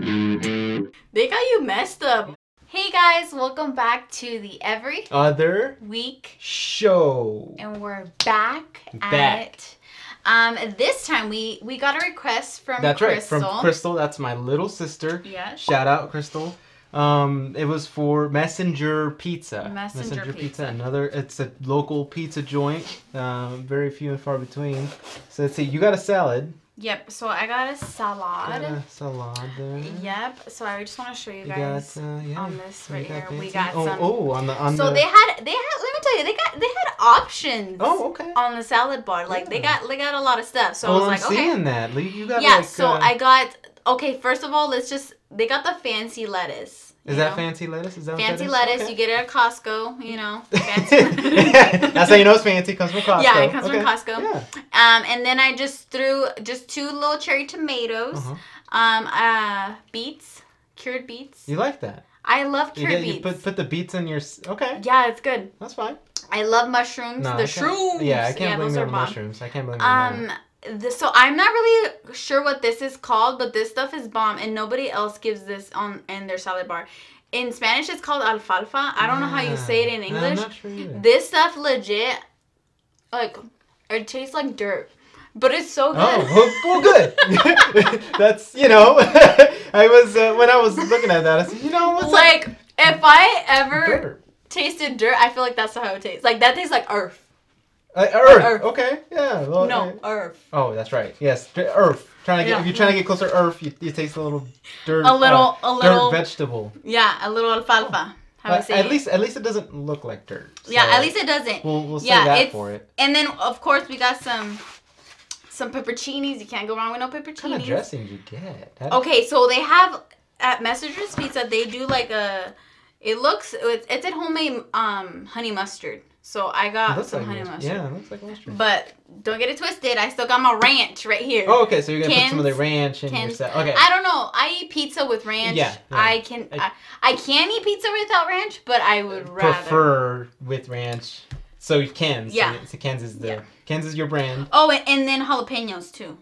They got you messed up. Hey guys, welcome back to the Every Other Week, show. and we're back, at Back. it. Um, this time we we got a request from That's right, Crystal. from Crystal. That's my little sister. Yeah. Shout out, Crystal. Um, it was for Messenger Pizza. Messenger Pizza. Another, it's a local pizza joint. Um, very few and far between. So let's see. You got a salad. Yep. So I got a Got salad. a salad there. Yep. So I just want to show you Uh-huh. You got guys. uh, yeah. on this you right got here, we fancy- got oh, some- Oh, on the on so the. they had they had let me tell you they got they had options. oh, okay. On the salad bar, like they Yeah. got they got a lot of stuff. So oh, I was I'm like, okay. seeing that. Lee, You got Yeah. like. so uh, I got okay. First of all, let's just they got the fancy lettuce. you Is that know? fancy lettuce? Is that what that Fancy is? lettuce, Okay. you get it at Costco, you know. Fancy. That's how you know it's fancy. Comes from Costco. Yeah, it comes from Costco. Yeah. Um, and then I just threw just two little cherry tomatoes, Uh-huh. um, uh, beets, cured beets. You like that? I love You, cured get, beets. you put put the beets in your. s- Okay, yeah, it's good. that's fine. I love mushrooms. the No, I can't- shrooms. Yeah, I can't blame those you are on the bomb. mushrooms. I can't blame you. on that. Um, the, so I'm not really sure what this is called, but this stuff is bomb, and nobody else gives this on in their salad bar. In Spanish, it's called alfalfa. I don't know how you say it in Yeah. English. I'm not sure either. This stuff legit, like, it tastes like dirt, but it's so good. Oh, well, well good. That's you know, I was uh, when I was looking at that, I said, you know what's that like, if I ever dirt? tasted dirt, I feel like that's how it tastes. Like, that tastes like earth. Uh, earth. earth. Oh, Okay. Yeah. Well, No, earth. uh, oh, that's right. Yes. d- Earth. Trying to get Yeah. if you're trying to get closer to earth, you, you taste a little dirt. A little, a uh, little, dirt vegetable. yeah, a little alfalfa. How Uh, I say at it. least at least it doesn't look like dirt. yeah, so at least it doesn't. we'll we'll say yeah, that it's- for it. And then, of course, we got some, some pepperoncinis. You can't go wrong with no pepperoncinis. What kind of dressing you get? How- Okay, so they have at Messengers Pizza. They do like a. It looks it's, it's a homemade um honey mustard. So I it got looks some like honey mustard. mustard. Yeah, it looks like mustard. But don't get it twisted. I still got my ranch right here. oh, okay. So you're gonna put some of the Cans- ranch in your cans- set. Okay. I don't know. I eat pizza with ranch. Yeah, yeah. I can I, I can eat pizza without ranch, but I would rather. prefer with ranch. So you cans. Yeah. So, so cans is the Yeah. cans is your brand. Oh, and, and then jalapenos too.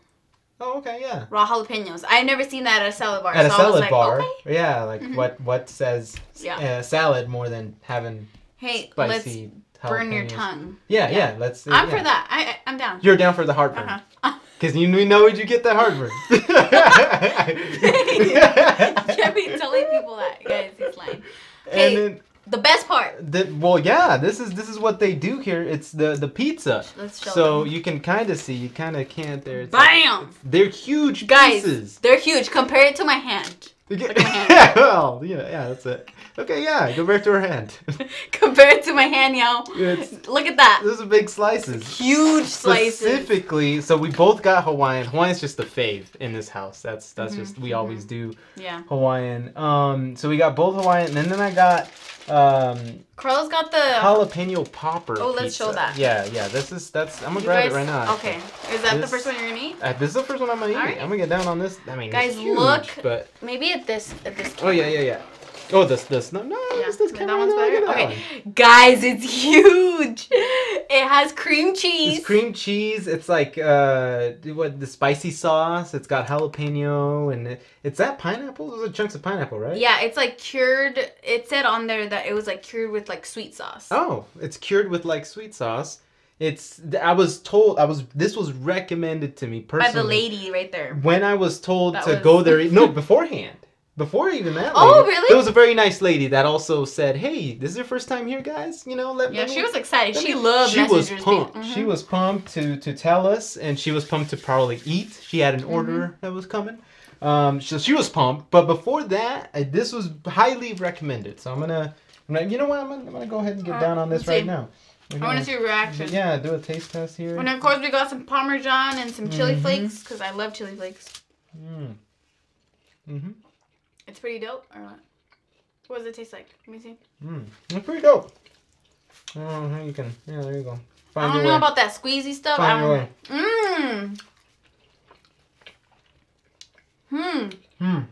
Oh, okay, yeah. Raw jalapenos. I've never seen that at a salad bar. At a so I salad was like, bar. Okay. Mm-hmm. Yeah, like what what says Yeah. uh, salad more than having Hey, spicy. let's burn your jalapenos. tongue. Yeah, Yeah. yeah. let's. uh, I'm yeah. for that. I I- I'm down. You're down for the heartburn. Uh-huh. Cause you we know you get the heartburn. You can't be telling people that, guys. He's lying. and then The best part. the, well, yeah. This is this is what they do here. It's the the pizza. Let's show So them. you can kind of see, you kind of can't. There, it's like- Bam! they're huge Guys, pieces. they're huge. Compare it to my hand. yeah, well, you know, yeah, that's it. Okay, yeah, go back to her hand. Compare it to my hand, y'all. It's Look at that. those are big slices. Huge slices. Specifically, so we both got Hawaiian. Hawaiian's just the fave in this house. That's that's Mm-hmm. just we always do Yeah. Hawaiian. Um, so we got both Hawaiian, and then I got um Carlos got the. jalapeno popper. Oh, let's show pizza. that. Yeah, yeah. This is that's. I'm gonna You grab guys- it right now. Okay. Is that the This- first one you're gonna eat? Uh, this is the first one I'm gonna eat. Alright. I'm gonna get down on this. I mean, Guys, it's huge, look. But Maybe at this. At this. oh yeah, yeah, yeah. Oh, this this no no. Yeah, This, this that camera, one's no, look better? at that Okay. one. Guys, it's huge. It has cream cheese. It's cream cheese. It's like uh, what the spicy sauce. It's got jalapeno and it, it's that pineapple. Those are chunks of pineapple, right? Yeah, it's like cured. It said on there that it was like cured with like sweet sauce. Oh, it's cured with like sweet sauce. It's I was told I was this was recommended to me by personally the lady right there. when I was told That to was- go there. e, No, beforehand. Before even that. Oh, lady, really? There was a very nice lady that also said, "Hey, this is your first time here, guys. You know, let Yeah, let me she was excited. Let She me- loved she was Messenger's Mm-hmm. pumped pizza. she was pumped to to tell us and she was pumped to probably eat she had an order Mm-hmm. that was coming um so she was pumped but before that I, this was highly recommended so i'm gonna, I'm gonna you know what i'm gonna, I'm gonna go ahead and get Alright, down on this let's right see. now I want to see your reaction. yeah do a taste test here And of course, we got some Parmesan and some chili Mhm. flakes because I love chili flakes. mm. hmm It's pretty dope. Or not. What does it taste like? Let me see. Mm. It's pretty dope i don't know how you can yeah there you go I find don't your know way about that squeezy stuff. find I your way don't. Mmm. Hmm. Mm.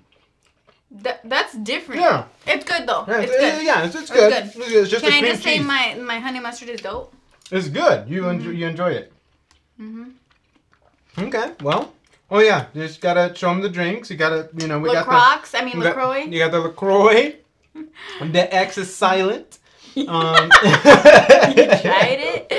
Th- that's different. yeah It's good though. yeah it's it's, good. yeah it's, it's It's good. good. It's good. It's just Can the I cream just say cheese. my my honey mustard is dope? It's good. You enjoy, you enjoy it. Mm-hmm. Okay. Well. Oh yeah. You just gotta show them the drinks. You gotta you know we got the LaCroix, I mean You got- LaCroix. You got the LaCroix. the X is silent. Um, you tried it.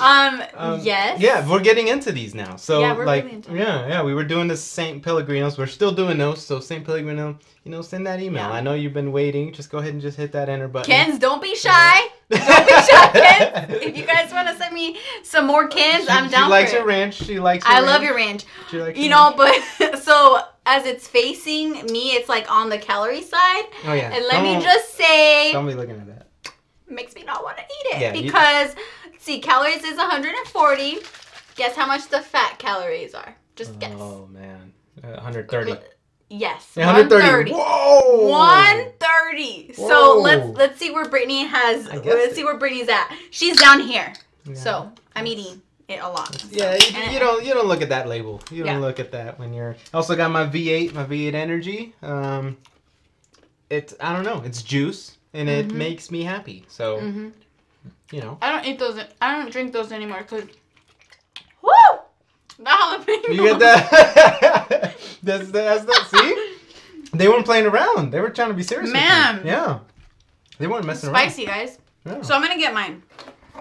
Um, Um, yes. Yeah, we're getting into these now. So Yeah, we're like really into it. yeah, yeah, we were doing the St. Pellegrinos. We're still doing those. So St. Pellegrino, you know, send that email. Yeah. I know you've been waiting. Just go ahead and just hit that enter button. Kens, don't be shy. Don't be shy, Kens. If you guys want to send me some more Kens, She- I'm down She likes for your it. ranch. She likes. Your I love ranch. your ranch. She likes You your know, but so as it's facing me, it's like on the calorie side. ranch. Oh yeah. And let me Don't- just say, Don't be looking at that. makes me not want to eat it Yeah, you- because see, calories is 140. Guess how much the fat calories are? Just guess. Oh man, Uh, 130. L- Yes, Yeah, 130. 130. Whoa. 130. Whoa. So let's let's see where Brittany has. I guess Let's it- see where Brittany's at. She's down here. Yeah. So I'm Yes. eating it a lot. Yeah, you, you don't you don't look at that label. You don't Yeah. look at that when you're. Also got my V8, my V8 Energy. Um, it's I don't know. It's juice and it Mhm. makes me happy. So hmm you know, I don't eat those. I don't drink those anymore because. Woo! The jalapeno. you get that. that's that's that. See, they weren't playing around. They were trying to be serious. with me. Man. Yeah. They weren't messing Spicy, guys. around. Yeah. So I'm gonna get mine.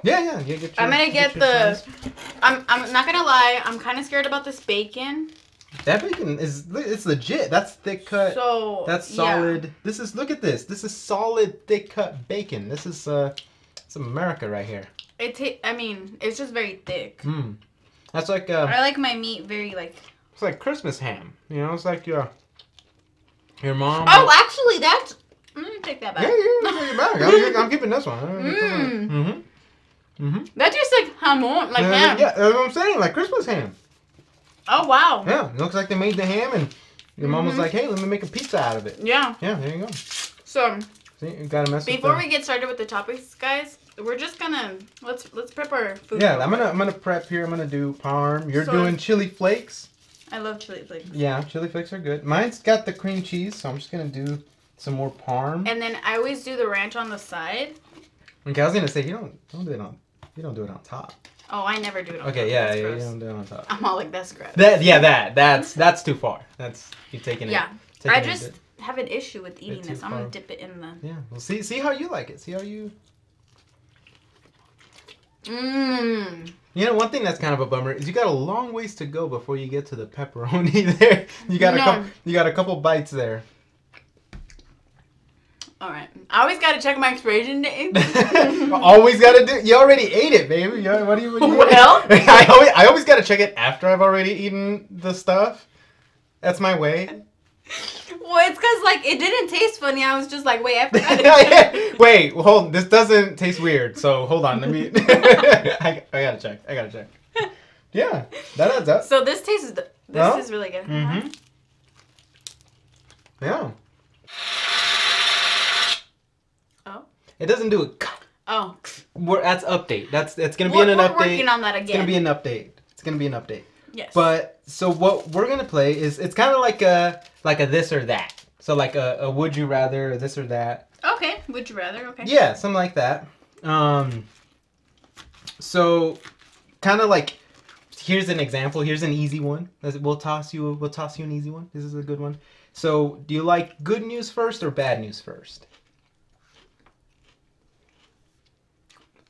yeah, yeah. yeah, get I'm your- gonna get your the- size. I'm. I'm not gonna lie. I'm kind of scared about this bacon. That bacon is it's legit. That's thick cut. So That's yeah. solid. This is look at this. This is solid thick cut bacon. This is uh, it's America right here. It. ta- I mean, it's just very thick. Mm. That's like uh, I like my meat very like. it's like Christmas ham. You know, it's like your your mom. Oh, actually, that's. I'm gonna take that back. yeah, yeah, yeah, yeah, back. I'm, I'm keeping this one. Mm. Mm. hmm hmm That tastes like hamon, like ham. yeah, that's what I'm saying. Like Christmas ham. Oh wow. Yeah, it looks like they made the ham, and your mom was Mhm. like, "Hey, let me make a pizza out of it." Yeah. Yeah, there you go. So See, you gotta mess with before the- we get started with the topics, guys, we're just gonna let's let's prep our food. Yeah, real I'm quick. gonna I'm gonna prep here. I'm gonna do parm. You're So- doing chili flakes. I love chili flakes. Yeah, chili flakes are good. Mine's got the cream cheese, so I'm just gonna do some more parm. And then I always do the ranch on the side. Okay, I was gonna say you don't don't do it on you don't do it on top. Oh, I never do it. On Okay, top. yeah, That's yeah you gross. don't do it on top. I'm all like that's gross. That yeah, that that's that's too far. That's you taking it. Yeah, taking I it a just bit. have an issue with eating too this. I'm gonna far. dip it in the. yeah. Well, see see how you like it. See how you. Mmm. You know, one thing that's kind of a bummer is you got a long ways to go before you get to the pepperoni. There, you got a No. couple. You got a couple bites there. All right. I always gotta check my expiration date. always gotta do. You already ate it, baby. You, what do you? What do you Well. I always I always gotta check it after I've already eaten the stuff. That's my way. well, it's cause like it didn't taste funny. I was just like, wait, I forgot. it. Wait, hold. This doesn't taste weird. So hold on. Let me. I, I gotta check. I gotta check. Yeah, that adds up. So this tastes. This Well, is really good. Uh-huh. Mm-hmm. Yeah. Oh. It doesn't do it. Oh, We're, that's update. That's it's gonna be we're, in an we're update. working on that again. It's gonna be an update. It's gonna be an update. yes. But so what we're gonna play is it's kind of like a like a this or that. So like a, a would you rather or this or that. okay. Would you rather? Okay. Yeah, something like that. Um. So, kind of like here's an example. Here's an easy one. Let's- We'll toss you. We'll toss you an easy one. This is a good one. So, do you like good news first or bad news first?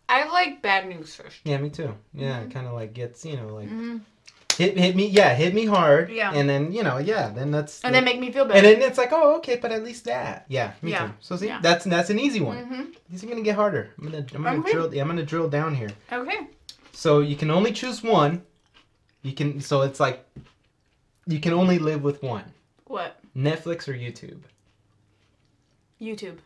I like bad news first. Yeah, me too. Yeah, Mm-hmm. kind of like gets you know like Mhm. hit hit me. Yeah, hit me hard. Yeah. And then you know yeah then that's And then make me feel better. And then it's like, oh, okay, but at least that. Yeah, me Yeah, too. So see, yeah. that's that's an easy one. Mhm. These are gonna get harder. I'm gonna I'm gonna Okay. drill. Yeah, I'm gonna drill down here. Okay. So you can only choose one. You can. So it's like, you can only live with one. What? Netflix or YouTube. YouTube.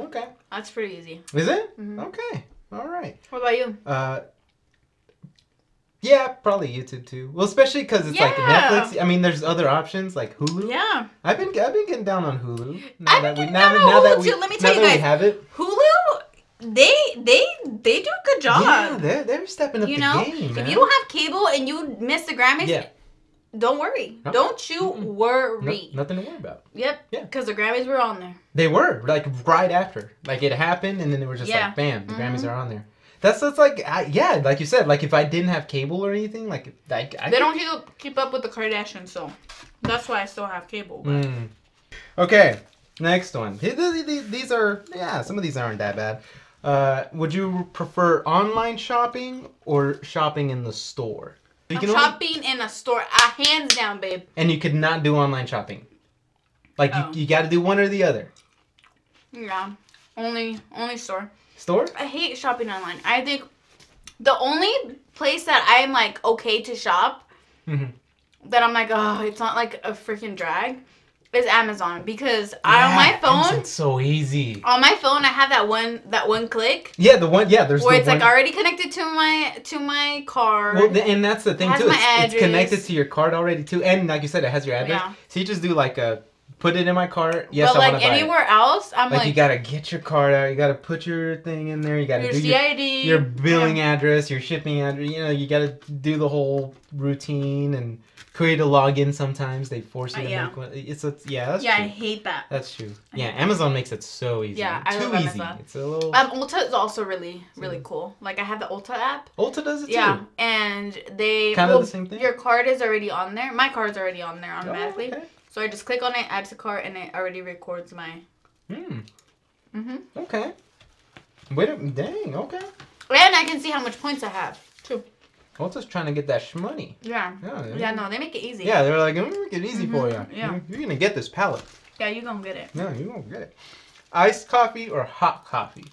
Okay. That's pretty easy. Is it? Mhm. Okay. All right. What about you? Uh. Yeah, probably YouTube too. Well, especially because it's like Yeah. Netflix. I mean, there's other options like Hulu. Yeah. I've been I've been getting down on Hulu. I've been getting down on Hulu, too. Let me tell now you that we guys. have it. Hulu, they they they do a good Yeah, job. they're, they're stepping up you the know, game, man. if you don't have cable and you miss the Grammys, yeah, don't worry. No. Don't you Mm-mm. no- worry. nothing to worry about. Yep. Yeah. Because the Grammys were on there. They were like right after, like it happened, and then they were just Yeah. like, bam, the Grammys Mhm. are on there. That's that's like I, yeah, like you said, like if I didn't have cable or anything, like like I They could- don't keep up, keep up with the Kardashians, so that's why I still have cable. But Mm. Okay, next one. Th- th- th- These are yeah, some of these aren't that bad. Uh, would you prefer online shopping or shopping in the store? You I'm only- shopping in a store, uh, hands down, babe. and you could not do online shopping. Like Oh. you, you got to do one or the other. Yeah, only only store. Store? I hate shopping online. I think the only place that I'm like okay to shop, Mm-hmm. Mhm. that I'm like, oh, it's not like a freaking drag, is Amazon because Yeah, I, on my phone, Amazon's so easy. on my phone, I have that one that one click Yeah, the one. Yeah, there's where the it's one. like already connected to my to my car. Well, th- and that's the thing has too. my It's, it's connected address. to your card already too, and like you said, it has your address. Yeah. So you just do like a put it in my cart. Yes, but I like want to buy it. anywhere else, I'm Like, like, you gotta get your card out. You gotta put your thing in there. You gotta your do your, CID, your billing address, your shipping address. You know, you gotta do the whole routine and create a login. Sometimes they force you Uh, to yeah. make one. It's a, yeah, that's Yeah, I true. hate that. That's true. I Yeah, hate Amazon makes it so easy. Yeah, I too love easy. Amazon. It's a little. Um, Ulta is also really, really Mm. cool. Like I have the Ulta app. Ulta does it Yeah, too. and they Kind of well, the same thing. Your card is already on there. My card's already on there Oh, automatically. okay. So I just click on it, add to cart, and it already records my. Hmm. hmm Okay. Wait a dang. Okay. And I can see how much points I have. Ulta's trying to get that shmoney. Yeah. Yeah. they- Yeah. No, they make it easy. Yeah, they're like, I'm gonna make it easy for you. Mhm, yeah. You- You're gonna get this pallet. Yeah, you gonna get it No, you won't get it. Iced coffee or hot coffee?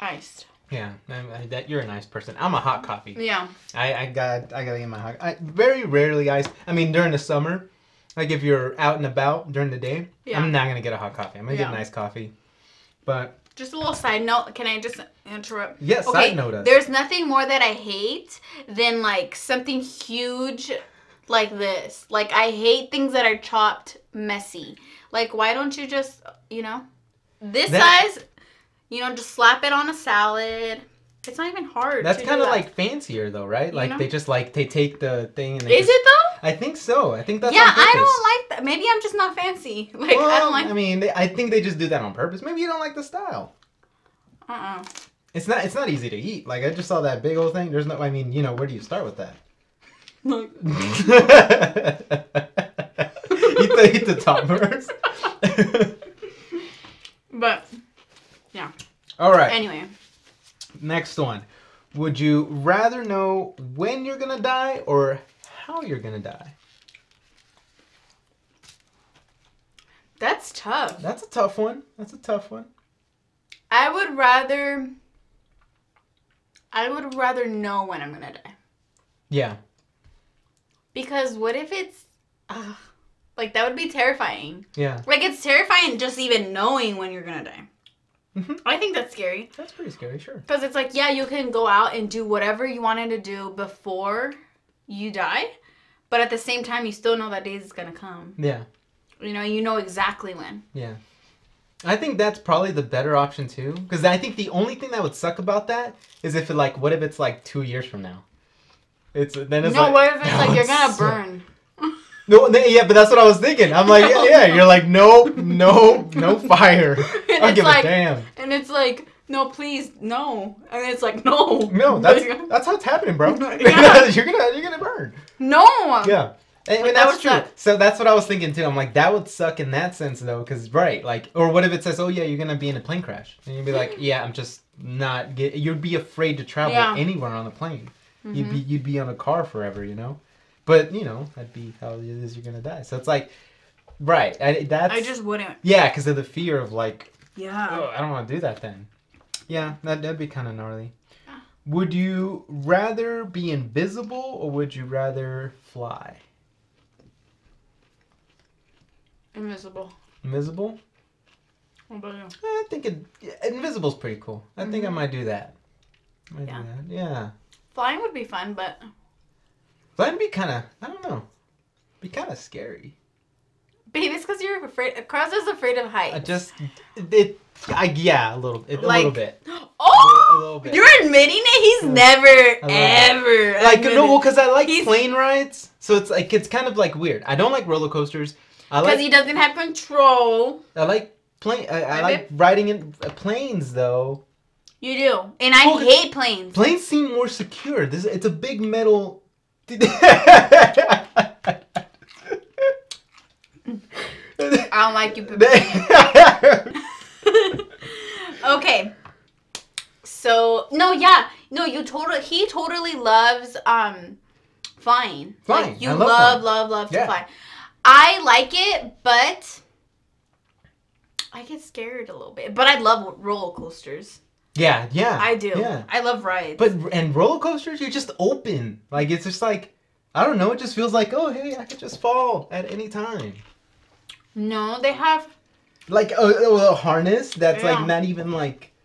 iced. Yeah, I, I, that you're a nice person. I'm a hot coffee. Yeah. I, I got I gotta get my hot. I very rarely iced. I mean during the summer, like if you're out and about during the day, Yeah. I'm not gonna get a hot coffee. I'm gonna get Yeah. an iced coffee. But Just a little side note. Can I just interrupt? yes, Okay, side note uh, us. There's nothing more that I hate than like something huge like this. Like I hate things that are chopped messy. Like why don't you just, you know, this That- size, you know, just slap it on a salad. It's not even hard. That's to do kind of that. like fancier though, right? You Like know? they just like they take the thing and they Is just- it though? I think so. I think that's yeah, on I purpose. don't like that. Maybe I'm just not fancy. Like I Well, don't like. mean, they, I think they just do that on purpose. Maybe you don't like the style. Uh It's not. It's not easy to eat. Like I just saw that big old thing. There's no. I mean, you know, where do you start with that? uh eat the eat the top first. But All right. anyway, next one. Would you rather know when you're gonna die or how you're gonna die? that's tough. That's a tough one. That's a tough one. I would rather. I would rather know when I'm gonna die. Yeah. Because what if it's ugh, like that would be terrifying. Yeah. Like it's terrifying just even knowing when you're gonna die. Mhm. I think that's scary That's pretty scary. Sure. because it's like yeah, you can go out and do whatever you wanted to do before you die, but at the same time you still know that day is gonna come. Yeah. You know, you know exactly when. Yeah. I think that's probably the better option too, because I think the only thing that would suck about that is if it like, what if it's like two years from now? It's then it's no, like, what if it's like you're gonna Suck. burn? No, th- yeah, but that's what I was thinking. I'm like, No, yeah, yeah. no. You're like, no, no, no fire. I And don't it's give like- a damn. And it's like no, please no, and it's like no, No, that's that's how it's happening, bro. Yeah. you're gonna you're gonna burn. no. Yeah. I mean, Like, that that's would true. suck. So that's what I was thinking too. I'm like, that would suck in that sense though, because right, like, or what if it says, oh yeah, you're gonna be in a plane crash, and you'd be like, yeah, I'm just not get. You'd be afraid to travel Mm-hmm. Yeah. anywhere on a plane. You'd Mhm. be you'd be on a car forever, you know. But you know, that'd be how it is you're gonna die. So it's like, right? I, that's I just wouldn't. yeah, because of the fear of like Yeah. Oh, I don't want to do that then. Yeah, that, that'd be kind of gnarly. Ah. Would you rather be invisible or would you rather fly? Invisible. Invisible? What about you? I think it, yeah, invisible's pretty cool. I think I might do that. Might Mm-hmm. Yeah. do that. Yeah. Flying would be fun, but Flying would be kind of, I don't know, be kind of scary. babe, it's because you're afraid. Krause is afraid of heights. I just, it, I, yeah, a little, it, a little Like- bit. oh, A little bit. you're admitting it. He's Yeah. never, I love it. ever Like, admitted- no, well, because I like He's- plane rides, so it's like, it's kind of like weird. I don't like roller coasters. I like because he doesn't have control. I like plane. I, I Right, like riding in uh, planes though. You do. And I Well, the- hate planes. Planes seem more secure. This it's a big metal. I don't like you. okay. So no, yeah, no, you totally. He totally loves um, flying. Flying. Like, you I love love, flying. love, love, to Yeah. fly. I like it, but I get scared a little bit. But I love roller coasters. yeah, yeah. I do. Yeah. I love rides. But and roller coasters, you're just open. Like it's just like I don't know. It just feels like oh hey, I could just fall at any time. no, they have Like a, a a harness that's Yeah. like not even like.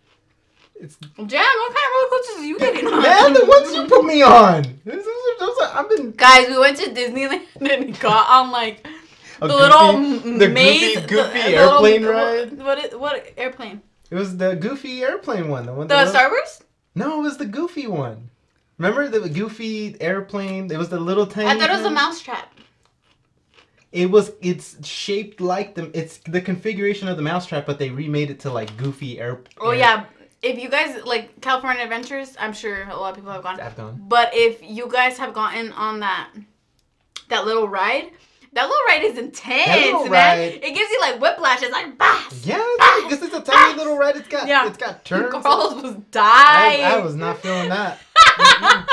It's Jam. What kind of roller coasters are you getting on? man, the ones you put me on. Those are- those are- I've been Guys, we went to Disneyland and got on like a the little goofy- m- the maze, goofy, goofy the- the little- airplane what- ride. What, is- what airplane? It was the goofy airplane one. The one. The that was- Star Wars? No, it was the goofy one. Remember the goofy airplane? It was the little tiny. I thought it was a thing? mousetrap. It was. It's shaped like them. It's the configuration of the mousetrap, but they remade it to like goofy air. Oh air- yeah, if you guys like California Adventures, I'm sure a lot of people have gone. I've gone. But if you guys have gotten on that that little ride, that little ride is intense, little man. ride- It gives you like whiplash. It's like bass. Yeah, it's- this is a tiny little ride. It's got. Ah! Yeah. It's got turns. Carlos was I, dying. I was not feeling that. Mm-mm.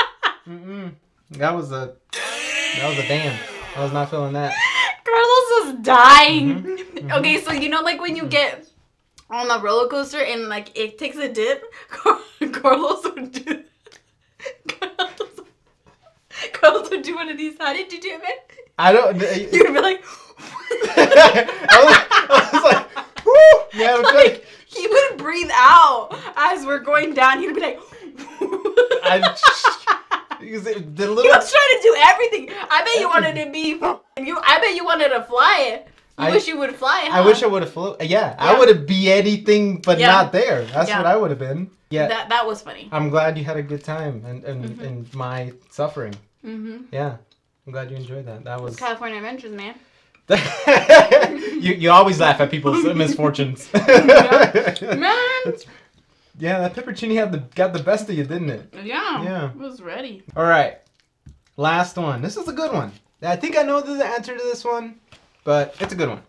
Mm-mm. That was a. That was a damn. I was not feeling that. Carlos was dying. Mhm, Okay, so you know, like when you get on a roller coaster and like it takes a dip, Car- Carlos would do. Carlos, Carlos would do one of these. How did you do it, man? I don't. You'd be like. I, was, I was like, woo! Yeah, I'm trying to- like he would breathe out as we're going down. He'd be like. I because it- the little He was trying to do everything. I bet you wanted to be. You. I bet you wanted to fly it. You I- wish you would fly it. I wish I would have flown. Yeah, I Yeah. would have be anything but Yeah. not there. That's Yeah. what I would have been. Yeah, That Mm-hmm. that was funny. I'm glad you had a good time and and, and my suffering. hmm Yeah, I'm glad you enjoyed that. That was California Adventures, man. you. You always laugh at people's misfortunes. Man, yeah, that peppercini had the got the best of you, didn't it? yeah, Yeah. was ready. All right, last one. This is a good one. I think I know the answer to this one, but it's a good one.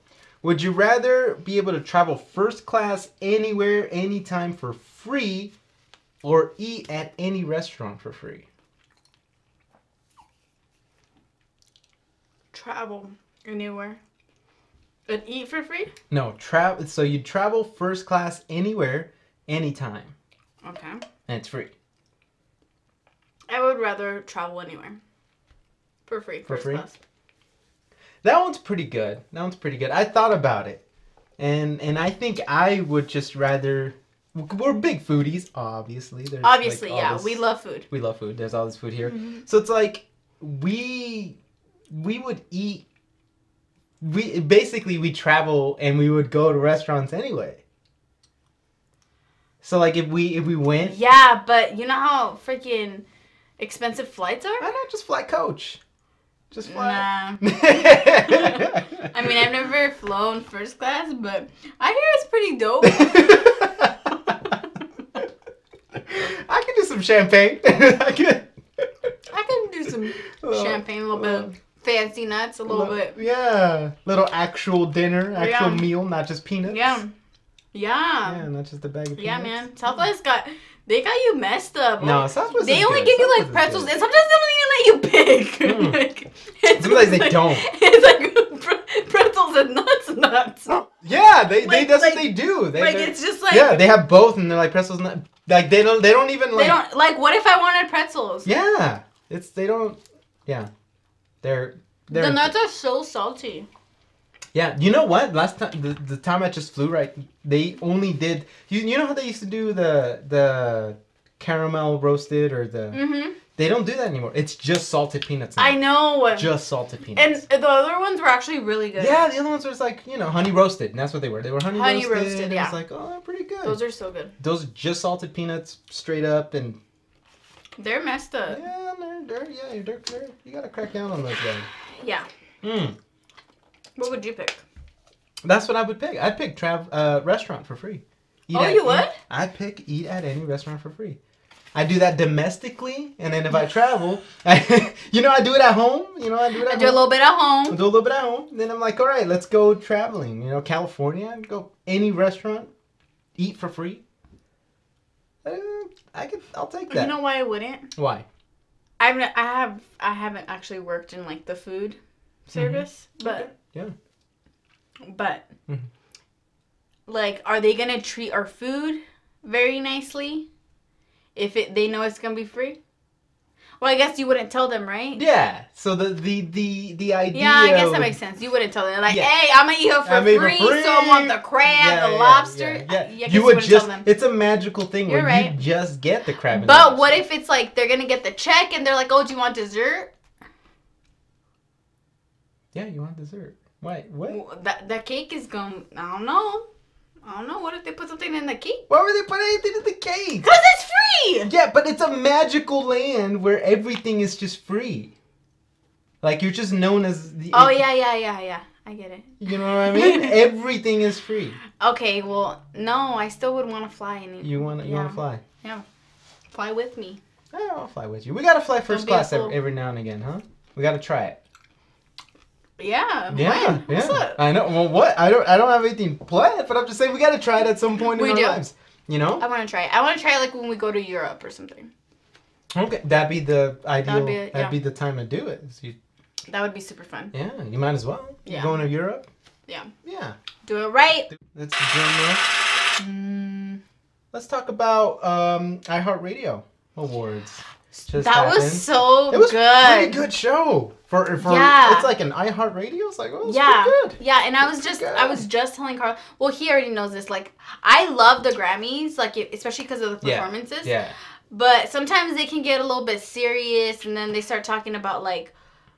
Would you rather be able to travel first class anywhere, anytime for free, or eat at any restaurant for free? Travel anywhere and eat for free. No, travel. So you travel first class anywhere, anytime, Okay, and it's free. I would rather travel anywhere for free. For first free? class. That one's pretty good. That one's pretty good. I thought about it, and and I think I would just rather. We're big foodies, obviously. There's like, Obviously, all yeah, this- we love food. we love food. There's all this food here. Mm-hmm. So it's like we we would eat we basically we travel and we would go to restaurants anyway. So like if we if we went Yeah, but you know how freaking expensive flights why are. not just fly coach? Just fly Nah. I mean, I've never flown first class, but I hear it's pretty dope. I could do some champagne. I could I can do some champagne, a little bit of fancy Oh, nuts, a little Little- bit. Yeah. Little actual dinner, actual Yeah. meal, not just peanuts. Yeah. Yeah. Yeah, not just a bag of peanuts. Yeah, man. Southwest got they got you messed up. No, Like, Southwest. they is only good. give you like Southwest is pretzels, and sometimes they don't even let you pick. Mm. like, it's Sometimes they like- don't. It's like pre- pretzels and nuts, nuts. good. Yeah, they, they Like- that's like- what they do. They, like they- it's just like yeah, they, they have both, and they're like pretzels. Not, like they don't they don't even like don't like. What if I wanted pretzels? yeah. It's they don't yeah. They're they're the nuts are so salty. yeah. You know what? Last time the, the time I just flew right, they only did you you know how they used to do the the caramel roasted or the Mm-hmm. they don't do that anymore. It's just salted peanuts. now. I know. just salted peanuts. and the other ones were actually really good. Yeah, the other ones were just like, you know, honey roasted. And that's what they were. They were honey, Honey roasted. roasted, and yeah. It's like, oh, they're pretty good. Those are so good. Those are just salted peanuts, straight up, and They're messed up. yeah, they're, they're yeah, you're dirt, dirt. You gotta crack down on those guys. Yeah. Mm. What would you pick? That's what I would pick. I'd pick trav uh, restaurant for free. Eat Oh, at you any- would? I pick eat at any restaurant for free. I do that domestically, and then if I travel, I, you know, I do it at home. You know, I do it at I home. do a little bit at I home. do a little bit at home. Then I'm like, all right, let's go traveling. You know, California, go any restaurant, eat for free. Uh, I could, I'll take that. You know why I wouldn't? Why? I've n- I have I haven't actually worked in like the food Mm-hmm. service, but Okay, but Mhm. like, are they gonna treat our food very nicely if it they know it's gonna be free? Well, I guess you wouldn't tell them, right? Yeah. So the the the the idea. Yeah, I guess that of- makes sense. You wouldn't tell them like, Yeah. "Hey, I'm gonna eat her for, I'm eating for free, so I free." want the crab, Yeah, the yeah, lobster." yeah, I- yeah. I guess you would wouldn't just. tell them. It's a magical thing You're where right. you just get the crab. and But lobster. what if it's like they're gonna get the check and they're like, "Oh, do you want dessert?" Yeah, you want dessert. Why? What? Well, That that cake is going. I don't know. I don't know. What if they put something in the cake? Why were they putting anything in the cake? Cause it's free. Yeah, but it's a magical land where everything is just free. Like you're just known as the. Oh yeah, yeah, yeah, yeah. I get it. You know what I mean? everything is free. Okay, well, no, I still would want to fly and You want to you want Yeah. to fly? fly with me. Yeah, I'll fly with you. We gotta fly Don't first be a class ev- fool. every now and again, huh? We gotta try it. Yeah. Yeah, when? What's yeah. up? I know. Well, what? I don't. I don't have anything planned, but I'm just saying we gotta try it at some point We in do. our lives. You know? I want to try. it. I want to try it, like when we go to Europe or something. Okay. That'd be the ideal. That'd be be, it, yeah. the time to do it. So you, That would be super fun. yeah, you might as well. Yeah. You're going to Europe. Yeah. Yeah. Do it right. That's the general. Mm, Let's talk about um, iHeartRadio awards. that Just happened. was so it was a pretty good. good show for for Yeah. it's like an iHeartRadio. It's like oh, it's Yeah, pretty good. yeah, and I That's was just pretty I was just telling Carl. Well, he already knows this. Like, I love the Grammys, like it- especially because of the Yeah, performances. Yeah, But sometimes they can get a little bit serious, and then they start talking about like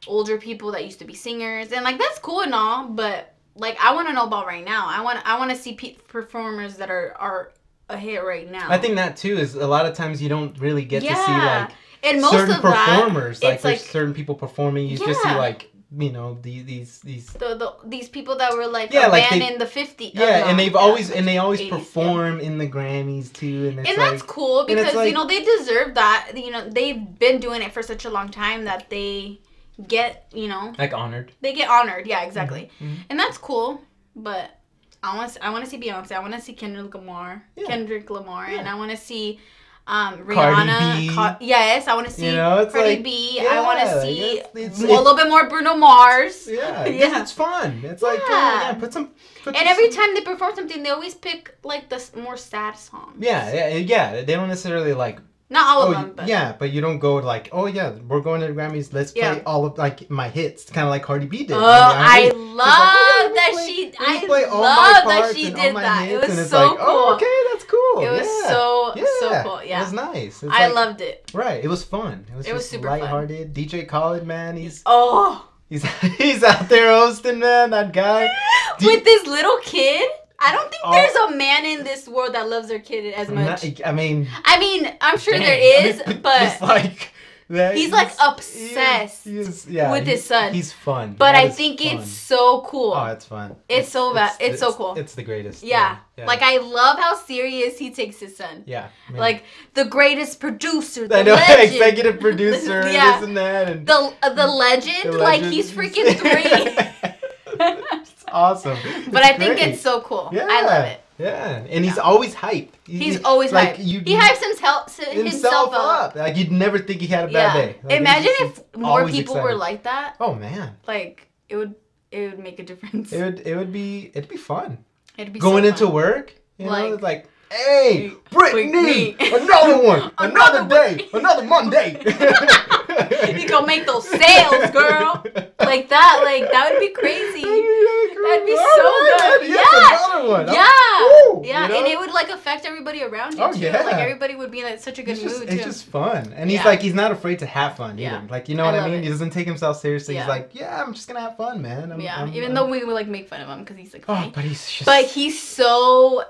older people that used to be singers, and like that's cool and all. But like, I want to know about right now. I want I want to see pe- performers that are are a hit right now. I think that too is a lot of times you don't really get to see like and most certain of that performers. it's like there's like- certain people performing, you just see Yeah. like you know the, these these. the, the these people that were like a Yeah, like band they- in the uh, 50s. Yeah, and they've always and they always 80s, yeah. perform in the Grammys too, and it's and like that's cool and it's because like- you know they deserve that. You know they've been doing it for such a long time that they get you know like honored. they get honored. Yeah, exactly. Mhm. And that's cool, but I want I want to see Beyonce. I want to see Kendrick Lamar. Yeah. Kendrick Lamar, and Yeah. I want to see um, Cardi Rihanna. B. Ca- yes, I want to see You know, it's Cardi like- B. I yeah, want to like, see it's- it's- a little bit more Bruno Mars. Yeah, Yeah. yeah. It's fun. It's like oh, Yeah. yeah, put some. And Put some- every time they perform something, they always pick like the s- more sad songs. Yeah, yeah, yeah. They don't necessarily like. Not all oh, of them, um, but yeah, but you don't go like, oh yeah, we're going to the Grammys. Let's play Yeah. all of like my hits, kind of like Cardi B did. Oh, You know what I mean? love She's like, that she. I "Oh, yeah, let me play- let me play all my love that parts she and all did my that. hits," It and was it's so like, cool. Oh, okay, that's cool. It was yeah. so so Yeah, cool. It Yeah, was nice. It's I like- loved it. Right, it was fun. It was, It was just super fun. lighthearted. DJ Khaled, man, he's Oh. he's he's out there hosting, man. That guy. Do you- with this little kid. I don't think Oh. there's a man in this world that loves their kid as much. I mean, I mean, I'm sure Dang, there I is, mean, but it's like that- he's, like, he is- obsessed he is- yeah, with he- his son. He's fun. but That I is think fun. it's so cool. oh, it's fun. it's so ba- it's so cool. It's the greatest. yeah. yeah. Like I love how serious he takes his son. yeah, man. Like the greatest producer, the I know legend, executive producer, and Yeah. this and that, and the uh, the legend. the Like legend. he's freaking three. it's awesome. but I think great. it's so cool. Yeah, I love it. Yeah, and he's always hyped. He- He's always like hyped. you. he hypes himself himself up. Like you'd never think he had a Yeah. bad day. Like, Imagine it's just- if more always people were excited. like that. Oh man, like it would it would make a difference. it would it would be it'd be fun. It'd be going so into fun. work, you know, Like- it's like, hey, Brittany. Brittany, another one, Another another day, one." another Monday. you go make those sales, girl. Like that, like that would be crazy. That'd be so good. Yes, Oh, another one. Yeah, Woo, you yeah, know? and it would like affect everybody around you Oh, too. yeah. Like everybody would be in like, such a good It's just, mood it's too. just fun, and he's Yeah. like he's not afraid to have fun Yeah. either. Like you know I what I, love mean? it. He doesn't take himself seriously. Yeah. He's like, yeah, I'm just gonna have fun, man. I'm, yeah, I'm- even I'm- though we would like make fun of him because he's like, oh, funny. but he's just, but he's so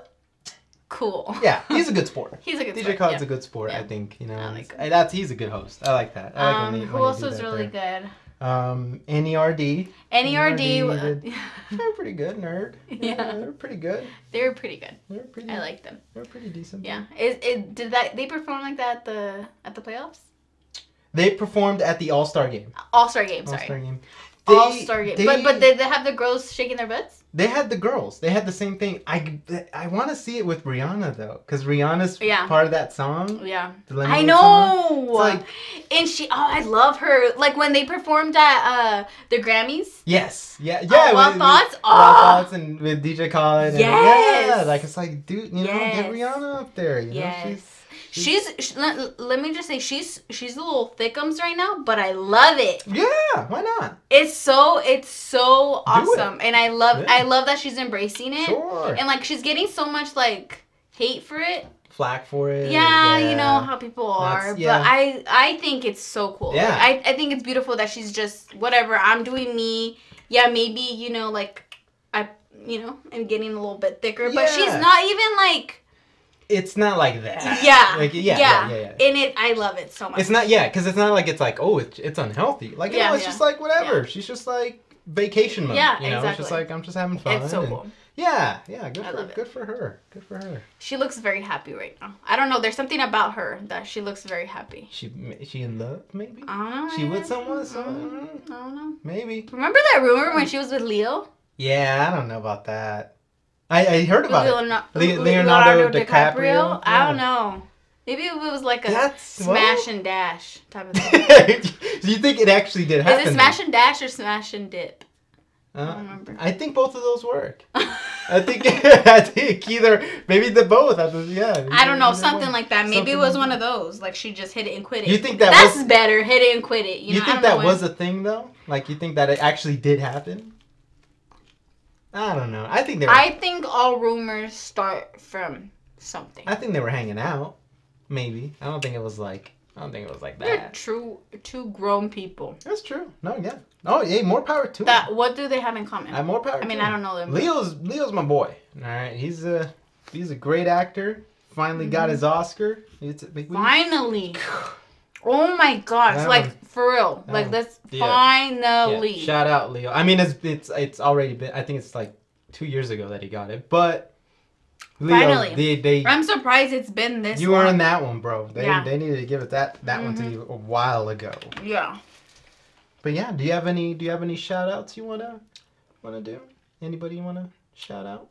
cool. yeah, he's a good sport. he's a good DJ sport, Khaled's yeah. a good sport, Yeah. I think. You know, I I like him. that's he's a good host. I like that. I like when Um, they- who when they else do was that really there. E good? Um, NERD. NERD. NERD. wa- They're pretty good, nerd. Yeah. They're pretty good. They're pretty good. They're pretty. I like them. They're pretty decent. Yeah. Is it did that they perform like that at the at the playoffs? They performed at the All Star game. All Star game. All Sorry. Star game. They- All Star game. But but did they have the girls shaking their butts? They had the girls. They had the same thing. I I want to see it with Rihanna though, because Rihanna's Yeah. part of that song. Yeah. the Lemonade I song. know. It's like- and she. Oh, I love her. Like when they performed at uh the Grammys. Yes. Yeah. Yeah. Oh, Wild with- Thoughts? with Wild Oh. thoughts and with DJ Khaled. and- Yes. yeah. Like it's like, dude, you know, get Yes. Rihanna up there. You Yes. know, she's She's, sh let, let me just say she's she's a little thickums right now, but I love it. yeah. Why not? It's so it's so Do it. awesome, and I love Yeah. I love that she's embracing it, Sure. and like she's getting so much like hate for it. Flack for it. Yeah, you know how people are, That's- yeah. but I I think it's so cool. Yeah. Like, I I think it's beautiful that she's just whatever I'm doing me. Yeah, maybe you know like I you know I'm getting a little bit thicker, but she's Yeah. not even like It's not like that. yeah Like yeah. Yeah. Yeah. yeah. in it. I love it so much. It's not yeah, because it's not like it's like oh it's, it's unhealthy. Like Yeah, no, it's yeah. just like whatever. She's just like vacation mode. Yeah, you know? It's just exactly. like I'm just having fun. It's so and- cool. Yeah, yeah. Good I for love it. good for her. Good for her. She looks very happy right now. I don't know. There's something about her that she looks very happy. She she in love maybe. I don't know. She man. with someone? I don't Someone? know. I don't know. Maybe. Remember that rumor when she was with Leo? Yeah, I don't know about that. I, I heard about it. Leona- Le- Le- Leonardo DiCaprio? I don't Yeah. know. Maybe it was like a That's what? smash and dash type of thing. Do you think it actually did happen? Is it smash and dash or smash and dip? then? don't Uh, remember. I think both of those work. I think I think either maybe the both. I think, yeah. I don't know, either something one. like that. Maybe Something it was like one of those. Like she just hit it and quit it. You think that That's was- better. Hit it and quit it. You, You know, I think don't know that what- was a thing though? Like you think that it actually did happen? I don't know. I think they were. I I, think all rumors start from something. think they were hanging out. Maybe. I don't think it was like. I don't think it was like They're that. true, two grown people. That's true. No, yeah. Oh, yeah. More power to him. That what do they have in common? I more power. I mean, to I him. don't know them. Leo's Leo's my boy. All right, he's a he's a great actor. Finally got his Oscar. It's, we- we- Finally. Oh my gosh! That Like for real. that Like one- that's yeah. Yeah, finally. shout out Leo. I mean, it's it's it's already been. I think it's like two years ago that he got it, but Leo, Finally. they they I'm surprised it's been this. You were on long. that one, bro. They Yeah. Mm-hmm. they needed to give it that that one to you a while ago. Yeah. But yeah, do you have any do you have any shout outs you wanna wanna do? Anybody you wanna shout out?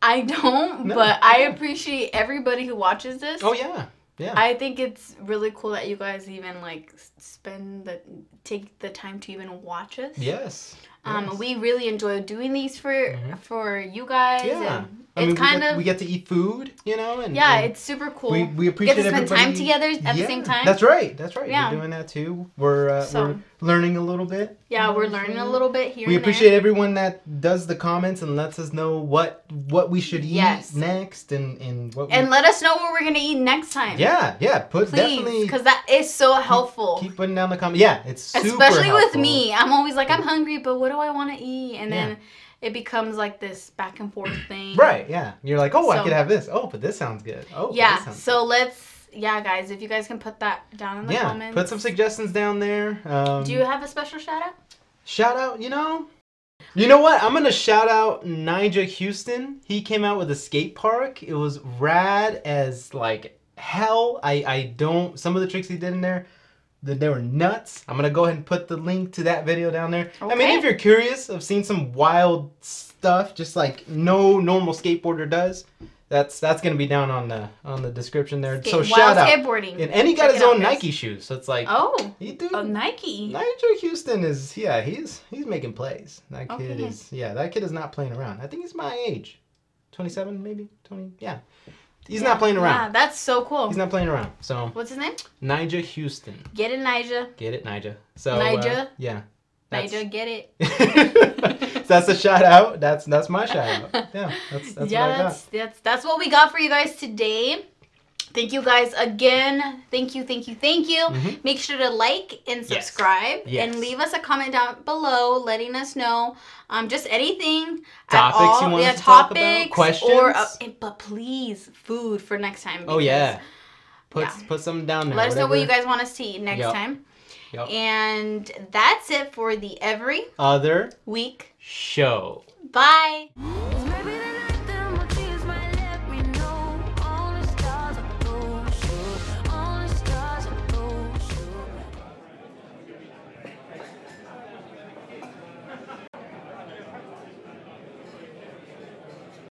I don't, No, but I yeah. appreciate everybody who watches this. Oh yeah. Yeah. I think it's really cool that you guys even like s- spend the take the time to even watch us. yes. Um, yes. we really enjoy doing these for Mhm. for you guys. Yeah. And it's I mean, we kind get, of we get to eat food, you know, and yeah, and it's super cool. we, we get appreciate to spend time everybody- together at the Yeah, same time. That's right. That's right. Yeah. We're doing that too. We're uh, So- we're learning a little bit. yeah, we're learning a little bit here. and we there. appreciate everyone that does the comments and lets us know what what we should eat Yes. next and and what we- And let us know what we're gonna eat next time. yeah yeah put please, definitely because that is so helpful. Keep putting down the comment. Yeah, it's super Especially with helpful. me, I'm always like, I'm hungry, but what do I want to eat? And Yeah. then it becomes like this back and forth thing. Right? Yeah, you're like, oh, I So- could have this. Oh, but this sounds good. Oh, but This Yeah. sounds So let's, yeah, guys, if you guys can put that down in the yeah. comments. Put some suggestions down there. Um, Do you have a special shout out? shout out? You know. You know what? I'm gonna shout out Ninja Houston. He came out with a skate park. It was rad as like hell. I I don't. Some of the tricks he did in there. That they were nuts. I'm gonna go ahead and put the link to that video down there. I mean, Okay. if you're curious of seeing some wild stuff, just like no normal skateboarder does, that's that's gonna be down on the on the description there. Skate- so while shout out. skateboarding. And, and he got Check his it out, own guys. Nike shoes, so it's like Oh, he dude. oh, Nigel. Nigel Houston is yeah he's he's making plays. That Okay. kid is yeah that kid is not playing around. I think he's my age, twenty seven maybe twenty yeah. He's not playing Yeah, around. that's so cool. He's not playing around. So What's his name? Nigel Houston, Get it, Nigel. get it, Nigel. So uh, Nigel? yeah. That's- Nigel, get it. so that's a shout out. That's that's my shout out. Yeah, that's that's yeah, what I got. that's, that's that's what we got for you guys today. Thank you guys again. Thank you, thank you, thank you. Mhm. Make sure to like and Yes. subscribe Yes. and leave us a comment down below letting us know um just anything Topics you at all. want yeah, us to talk about, topics or questions? uh, and- but please food for next time. Oh because yeah. Put yeah. put something down there. Let us know what whatever. you guys want us to eat next Yep. time. Yep. And that's it for the every Other week. show. Bye.